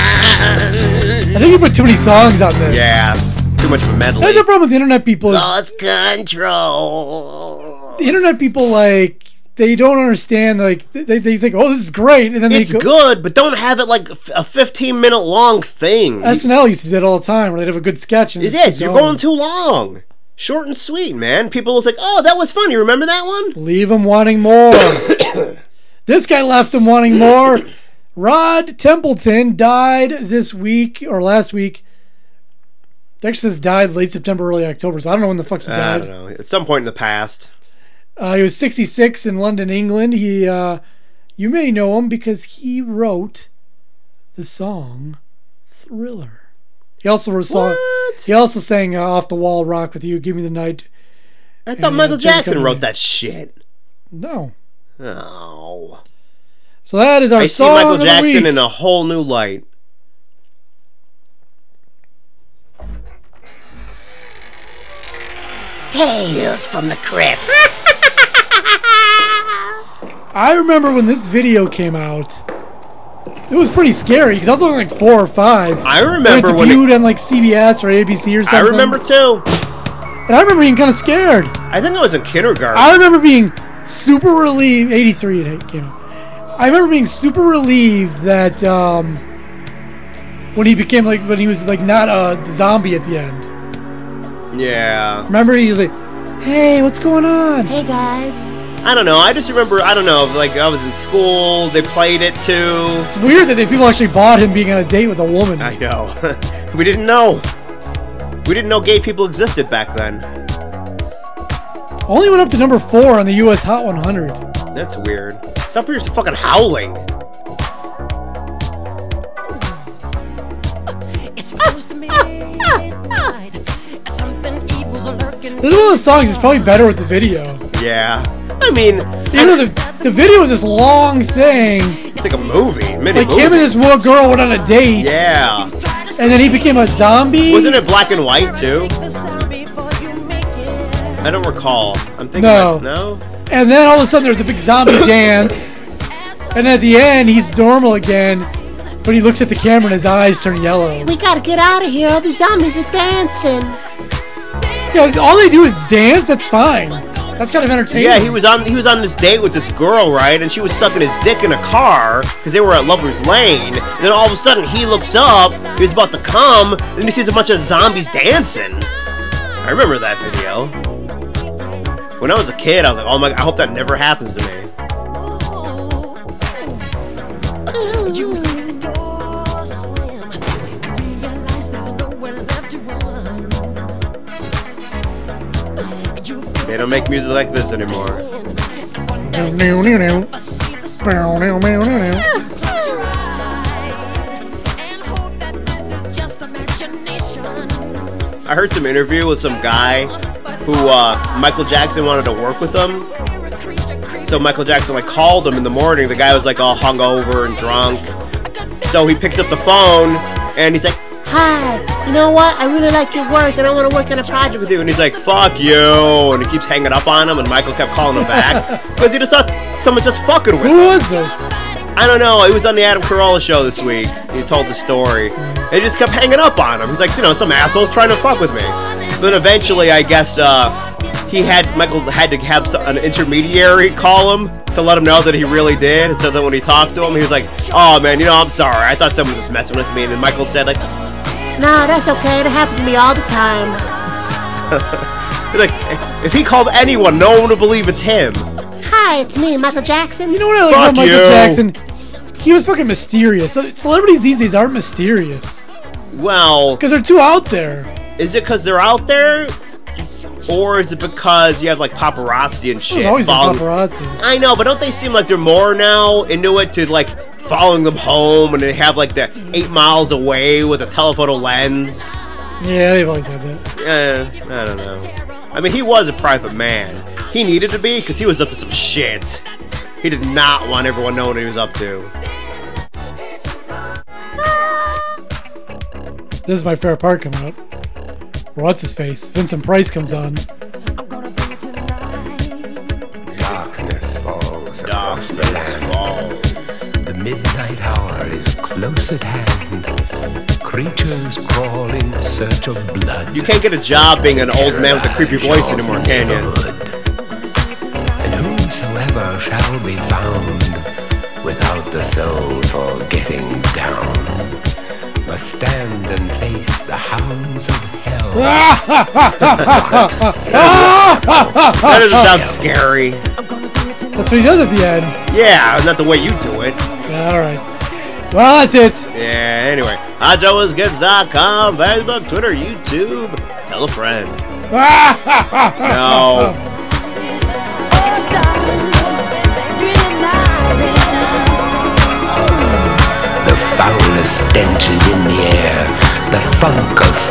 S4: I think you put too many songs on this.
S3: Yeah, too much of a medley.
S4: That's the problem with the internet people. is
S3: control.
S4: the internet people like they don't understand. Like they, they think, oh, this is great, and then
S3: It's
S4: they go.
S3: good, but don't have it like f- a 15 minute long thing.
S4: SNL used to do that all the time, where they'd have a good sketch. And
S3: It
S4: just
S3: is.
S4: keep
S3: You're going too long. Short and sweet, man. People was like, "Oh, that was funny. Remember that one?"
S4: Leave him wanting more. this guy left him wanting more. Rod Templeton died this week or last week. It actually says died late September, early October, so I don't know when the fuck he
S3: I don't
S4: died.
S3: know. At some point in the past,
S4: Uh, he was 66 in London, England. He, uh, you may know him because he wrote the song Thriller. He also wrote a song. He also sang uh, "Off the Wall," "Rock with You," "Give Me the Night."
S3: I thought
S4: Yeah,
S3: Michael
S4: it didn't
S3: Jackson
S4: come
S3: wrote
S4: in.
S3: that shit.
S4: No,
S3: Oh,
S4: so that is our
S3: I see
S4: song.
S3: Michael
S4: of the
S3: Jackson
S4: week.
S3: in a whole new light.
S12: Tales from the Crypt.
S4: I remember when this video came out. It was pretty scary because I was only like four or five.
S3: I remember
S4: it
S3: when it-
S4: debuted on like CBS or ABC or something.
S3: I remember too.
S4: and I remember being kind of scared.
S3: I think I was in kindergarten.
S4: I remember being super relieved. '83 it came out. I remember being super relieved that um, when he became like when he was like not a zombie at the end.
S3: yeah.
S4: Remember he was like, "Hey, what's going on?" Hey
S12: guys.
S3: I don't know. I just remember. I don't know. Like I was in school. They played it too.
S4: It's weird that they, people actually bought him being on a date with a woman.
S3: I know. we didn't know. We didn't know gay people existed back then.
S4: Only went up to number four on the U.S. Hot 100.
S3: That's weird. Stop your fucking howling.
S12: It's close to midnight. Something evil's lurking.
S4: This is one of the songs that's probably better with the video.
S3: Yeah. I mean,
S4: You know, the, the video is this long thing.
S3: it's like a movie. Mini
S4: Like
S3: movie.
S4: him and this one girl went on a date,
S3: Yeah.
S4: and then he became a zombie.
S3: Wasn't it black and white too? I don't recall. I'm thinking.
S4: No.
S3: that- no.
S4: And then all of a sudden there's a big zombie dance, and at the end he's normal again, but he looks at the camera and his eyes turn yellow.
S12: We gotta get out of here. All the zombies are dancing.
S4: Yeah, all they do is dance. That's fine. That's kind of entertaining.
S3: Yeah, he was on. He was on this date with this girl, right? And she was sucking his dick in a car because they were at Lover's Lane. And then all of a sudden, he looks up. He was about to come, and he sees a bunch of zombies dancing. I remember that video. When I was a kid, I was like, "Oh my! I hope that never happens to me."
S12: You hear the door slam. I realize there's nowhere left to run. You
S3: They don't make music like this anymore.
S12: close your eyes and hope that this is just imagination.
S3: I heard some interview with some guy who uh, Michael Jackson wanted to work with him. So Michael Jackson like called him in the morning. The guy was like all hungover and drunk. So he picks up the phone and he's like,
S13: Hi, you know what? I really like your work and I want to work on a project
S3: with you, and he's like, fuck you, and he keeps hanging up on him, and Michael kept calling him back because he just thought someone's just fucking with him.
S4: Who was this?
S3: I don't know. He was on the Adam Carolla show this week. He told the story. They just kept hanging up on him. He's like, you know, some asshole's trying to fuck with me. But eventually, I guess uh, he had Michael had to have some, an intermediary call him to let him know that he really did. And so then when he talked to him, he was like, "Oh man, you know, I'm sorry. I thought someone was just messing with me." And then Michael said, "Like,
S13: No, that's okay. That happens to me all the time.
S3: he's like if he called anyone, no one would believe it's him."
S13: Hi, it's me, Michael Jackson. You
S4: know what I like about
S3: Fuck
S4: Michael
S3: you.
S4: Jackson? He was fucking mysterious. Ce- Celebrities these days aren't mysterious
S3: Well,
S4: because they're too out there.
S3: is it because they're out there, or is it because you have like paparazzi and shit?
S4: There's always been
S3: following-
S4: paparazzi.
S3: I know, but don't they seem like they're more now into it to like following them home and they have like the eight miles away with a telephoto lens?
S4: Yeah, they've always had that.
S3: Yeah, I don't know. I mean, he was a private man. He needed to be because he was up to some shit. He did not want everyone knowing what he was up to.
S4: This is my fair part coming up. Well, what's his face? Vincent Price comes on.
S14: Darkness falls. Darkness falls. The midnight hour is close at hand. Creatures crawl in search of blood.
S3: You can't get a job being an old man with a creepy voice anymore, can you?
S14: And whosoever shall be found without the soul for getting down must stand and face the hounds of hell.
S3: that doesn't sound scary.
S4: That's what he does at the end.
S3: Yeah, not the way you do it.
S4: All right. Well, that's it.
S3: Yeah, anyway. HotJoeIsGoods.com, Facebook, Twitter, YouTube. Tell a friend. No.
S14: The foulest stench is in the air, the funk of